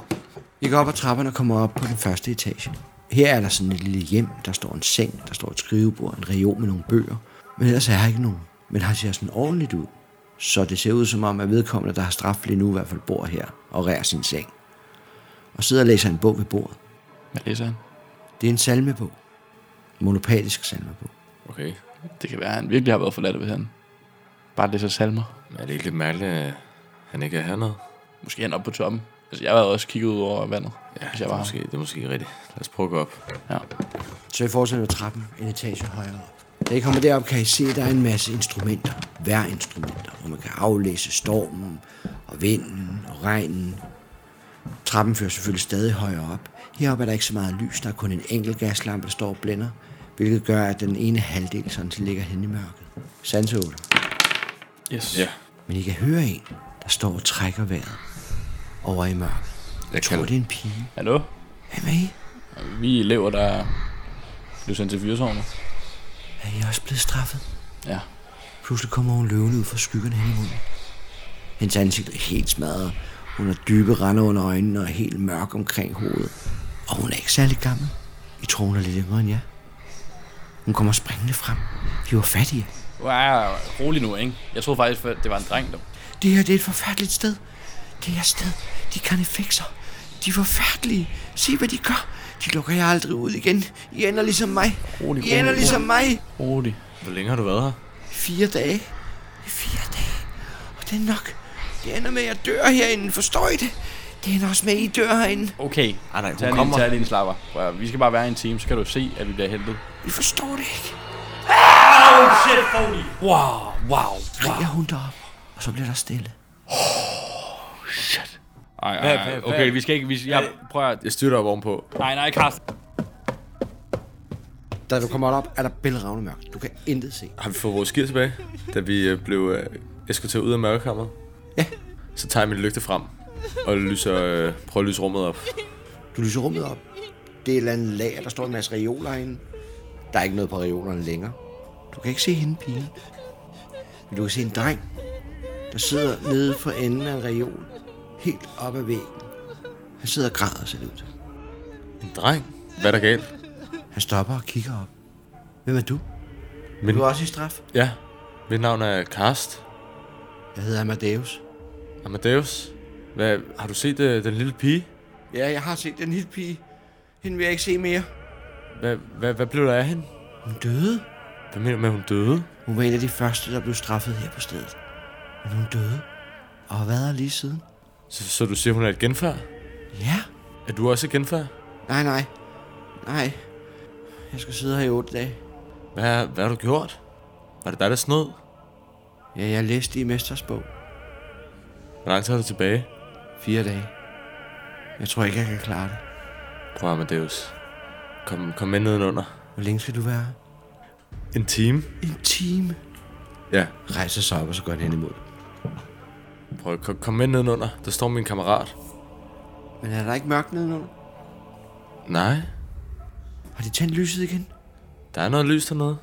S2: I går op ad trapperne og kommer op på den første etage. Her er der sådan et lille hjem, der står en seng, der står et skrivebord, en reol med nogle bøger. Men ellers er her ikke nogen. Men han ser sådan ordentligt ud. Så det ser ud som om, at vedkommende, der har straf lige nu, i hvert fald bor her og rærer sin seng. Og sidder og læser en bog ved bordet.
S4: Hvad læser han?
S2: Det er en salmebog. En monopatisk salmebog.
S3: Okay.
S4: Det kan være, at han virkelig har været forladt, hvis han bare læser salmer.
S3: Men er det ikke lidt mærkeligt, at han ikke er hernede?
S4: Måske er han oppe på toppen. Altså, jeg har også kigget ud over vandet, ja, hvis jeg
S3: det er
S4: var
S3: måske, det er måske ikke rigtigt. Lad os prøve at gå op.
S4: Ja.
S2: Så I fortsætter trappen en etage højere op. Da I kommer derop, kan I se, at der er en masse instrumenter. Hver instrumenter, hvor man kan aflæse stormen og vinden og regnen. Trappen fører selvfølgelig stadig højere op. Heroppe er der ikke så meget lys, der er kun en enkelt gaslampe, der står og blænder, hvilket gør, at den ene halvdel sådan set ligger hen i mørket. Sanseåler.
S4: Yes.
S3: Ja.
S2: Men I kan høre en, der står og trækker vejret over i mørket. Jeg tror,
S3: kalder-
S2: det er en pige.
S4: Hallo?
S2: Hvem er I?
S4: Vi elever, der blev sendt til fyrsovnet.
S2: Er I også blevet straffet?
S4: Ja.
S2: Pludselig kommer hun løvende ud fra skyggerne hen i munden. Hendes ansigt er helt smadret, Hun har dybe rande under øjnene og er helt mørk omkring hovedet. Og hun er ikke særlig gammel. I tror, hun er lidt yngre end jeg. Hun kommer springende frem. Vi var fattige.
S4: Wow, rolig nu, ikke? Jeg troede faktisk, at det var en dreng, dog.
S2: Det her, det er et forfærdeligt sted. Det her sted, de karnefekser. De er forfærdelige. Se, hvad de gør. De lukker jeg aldrig ud igen. I ender ligesom mig.
S4: Rolig,
S2: I ender
S4: rolig,
S2: ligesom mig.
S4: Rolig.
S9: Hvor længe har du været her?
S2: Fire dage. I fire dage. Og det er nok. Det ender med, at jeg dør herinde. Forstår I det? Det ender også med, at I dør herinde.
S4: Okay,
S9: Ej, Ah, nej, hun
S4: tag lige,
S9: kommer.
S4: tag lige en slapper. Prøv, at- vi skal bare være i en time, så kan du se, at vi bliver hentet.
S2: I forstår det ikke.
S4: Wow, wow.
S2: Skriger hun derop, og så bliver der stille.
S10: Ej, ej, ej. Okay, vi skal ikke... Vi, jeg prøver at...
S3: Jeg styrter op ovenpå.
S4: Nej, nej, Karsten.
S2: Da du kommer op, er der bælragende mørkt. Du kan intet se.
S3: Har vi fået vores gear tilbage, da vi øh, blev øh, eskorteret ud af mørkekammeret?
S2: Ja.
S3: Så tager jeg min lygte frem og lyser, øh, prøver at lyse rummet op.
S2: Du lyser rummet op. Det er et eller andet lager, der står en masse reoler herinde. Der er ikke noget på reolerne længere. Du kan ikke se hende, pigen. Men du kan se en dreng, der sidder nede for enden af en reol. Helt op ad væggen. Han sidder og græder sig ud.
S3: En dreng? Hvad er der galt?
S2: Han stopper og kigger op. Hvem er du?
S3: Min,
S2: Du er også i straf.
S3: ja, mit navn er Karst
S2: Jeg hedder Amadeus.
S3: Amadeus. Hvad, har du set øh, den lille pige?
S2: Ja, jeg har set den lille pige. Hende vil jeg ikke se mere.
S3: Hvad, hvad, hvad blev der af hende?
S2: Hun døde.
S3: Hvad mener du med, at hun døde?
S2: Hun var en af de første, der blev straffet her på stedet. Men hun døde. Og har været her lige siden.
S3: Så, så du siger, hun er et genfærd?
S2: Ja.
S3: Er du også et genfærd?
S2: Nej, nej. Nej. Jeg skal sidde her i otte dage.
S3: Hvad, hvad har du gjort? Var det dig, der snød?
S2: Ja, jeg læste i Mesters bog.
S3: Hvor lang tid har du tilbage?
S2: Fire dage. Jeg tror ikke, jeg kan klare det.
S3: Prøv Amadeus. Kom, kom med nedenunder.
S2: Hvor længe skal du være her?
S3: En time?
S2: En time.
S3: Ja.
S2: Rejser sig op, og så går den imod.
S3: Prøv kom, kom med nedenunder. Der står min kammerat.
S2: Men er der ikke mørkt nedenunder?
S3: Nej,
S2: Har de tændt lyset igen?
S3: der er noget lys dernede.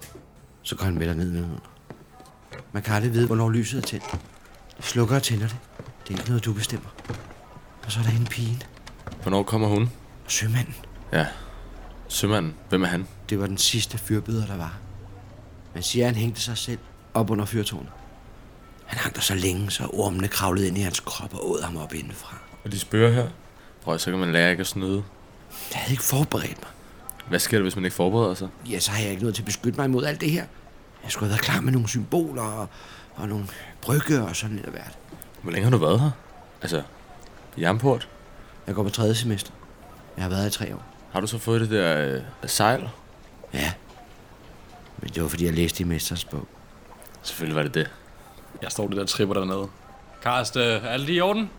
S2: Så går han med dig ned nedenunder. Man kan aldrig vide, hvornår lyset er tændt. De slukker og tænder det. Det er ikke noget, du bestemmer. Og så er der hende pigen.
S3: Hvornår kommer hun?
S2: Og sømanden.
S3: Ja. Sømanden, hvem er han?
S2: Det var den sidste fyrbyder, der var. Man siger, at han hængte sig selv op under fyrtårnet. Han hang der så længe, så ormene kravlede ind i hans krop og åd ham op indenfra.
S3: Og de spørger her. Prøv, så kan man lære ikke at snyde.
S2: Jeg havde ikke forberedt mig.
S3: Hvad sker der, hvis man ikke forbereder sig?
S2: Ja, så har jeg ikke noget til at beskytte mig imod alt det her. Jeg skulle have været klar med nogle symboler og, og nogle brygge og sådan lidt af hvert.
S3: Hvor længe har du været her? Altså, i Jamport?
S2: Jeg går på tredje semester. Jeg har været her i tre år.
S3: Har du så fået det der øh, sejl?
S2: Ja. Men det var, fordi jeg læste i mesterens bog.
S3: Selvfølgelig var det det.
S4: Jeg står det der tripper dernede. Karsten, er det lige i orden?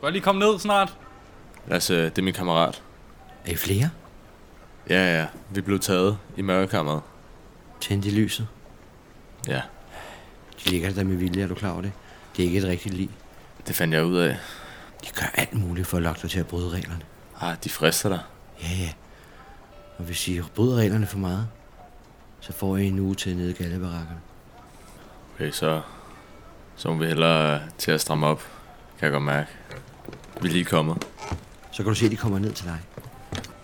S4: Godt lige komme ned snart.
S3: Lad os, øh, det er min kammerat.
S2: Er I flere?
S3: Ja, ja, vi blev taget i mørkekammeret.
S2: Tændte i lyset.
S3: Ja,
S2: De ligger der med vilje, er du klar over det? Det er ikke et rigtigt liv.
S3: det fandt jeg ud af.
S2: De gør alt muligt for at lokke dig til at bryde reglerne.
S3: Ah, de frister dig.
S2: Ja, ja. Og hvis I bryder reglerne for meget, så får I en uge til at nede i gallebarakkerne.
S3: Okay, så, så må vi hellere øh, til at stramme op, kan jeg godt mærke. Vi er lige kommet.
S2: Så kan du se, at de kommer ned til dig.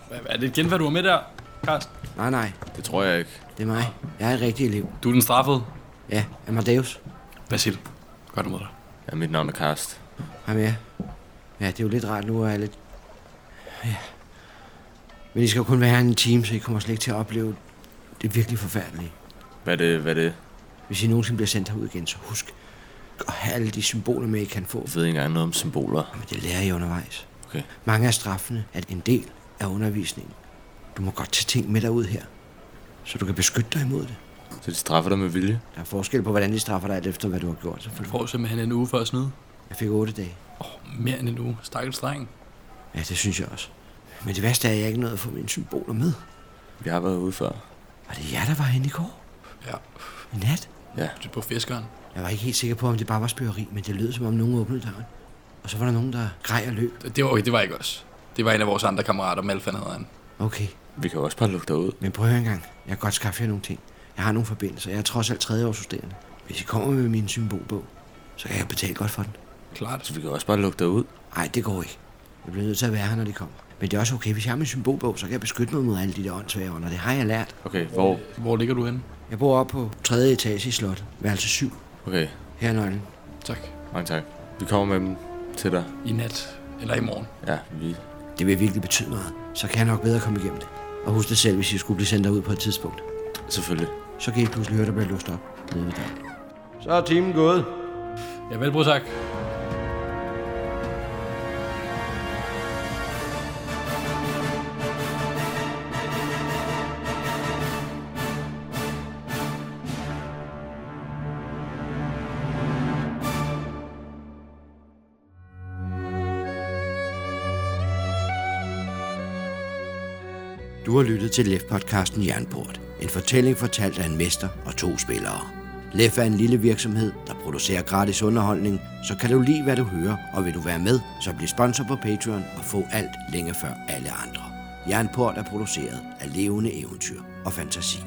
S4: Hvad, er det et genfærd, du har med der, Karsten?
S2: Nej, nej.
S3: Det tror jeg ikke.
S2: Det er mig. Jeg er en rigtig elev.
S4: Du er den straffede.
S2: Ja, Amadeus.
S4: Basil, gør det mod dig.
S3: Ja, mit navn er Karst.
S2: Hej med jer. Ja, det er jo lidt rart nu, at jeg er lidt... Ja. Men I skal jo kun være her en time, så I kommer slet ikke til at opleve det virkelig forfærdelige.
S3: Hvad er det, hvad er det?
S2: Hvis I nogensinde bliver sendt herud igen, så husk at have alle de symboler med, I kan få.
S3: Jeg ved ikke engang noget om symboler.
S2: Men det lærer I undervejs.
S3: Okay.
S2: Mange af straffene er en del af undervisningen. Du må godt tage ting med dig ud her, så du kan beskytte dig imod det.
S3: Så de straffer dig med vilje?
S2: Der er forskel på, hvordan de straffer dig, alt efter hvad du har gjort.
S4: Du får simpelthen en uge for at snyde.
S2: Jeg fik otte dage.
S4: Mere end en uge. Stakkels dreng.
S2: Ja, det synes jeg også. Men det værste er, at jeg ikke nåede at få mine symboler med.
S3: Vi har været ude før.
S2: Var det jer, der var henne i går?
S4: Ja.
S2: I nat?
S3: Ja,
S4: Du er på fiskeren.
S2: Jeg var ikke helt sikker på, om det bare var spøgeri, men det lød som om nogen åbnede døren. Og så var der nogen, der grej og løb.
S4: Det var, okay, det var ikke os. Det var en af vores andre kammerater, Malfan hedder han.
S2: Okay,
S3: vi kan jo også bare lukke dig ud.
S2: men prøv at høre engang. Jeg kan godt skaffe jer nogle ting. Jeg har nogle forbindelser. Jeg er trods alt tredjeårsstuderende. Hvis I kommer med min symbolbog, så kan jeg betale godt for den.
S4: Klart.
S3: Så vi kan også bare lukke dig ud.
S2: Nej, det går ikke. Jeg bliver nødt til at være her, når de kommer. Men det er også okay, hvis jeg har min symbolbog, så kan jeg beskytte mig mod alle de der åndssvage ånder. Det har jeg lært.
S3: Okay, hvor?
S4: Hvor ligger du henne?
S2: Jeg bor oppe på 3. etage i slottet, værelse 7.
S3: Okay,
S2: Her er nøglen.
S4: Tak.
S3: mange tak. Vi kommer med dem til dig.
S4: I nat. Eller i morgen.
S3: Ja, vi...
S2: Det vil virkelig betyde meget. Så kan jeg nok bedre komme igennem det. Og husk det selv, hvis I skulle blive sendt derud på et tidspunkt.
S3: Selvfølgelig.
S2: Så kan I pludselig høre, der bliver låst op nede ved døren.
S7: Så er timen gået.
S4: Ja, vel, Brusak.
S2: Du har lyttet til Lef-podcasten Jernport. En fortælling fortalt af en mester og to spillere. Lef er en lille virksomhed, der producerer gratis underholdning, så kan du lide, hvad du hører, og vil du være med, så bliv sponsor på Patreon og få alt længe før alle andre. Jernport er produceret af levende eventyr og fantasi.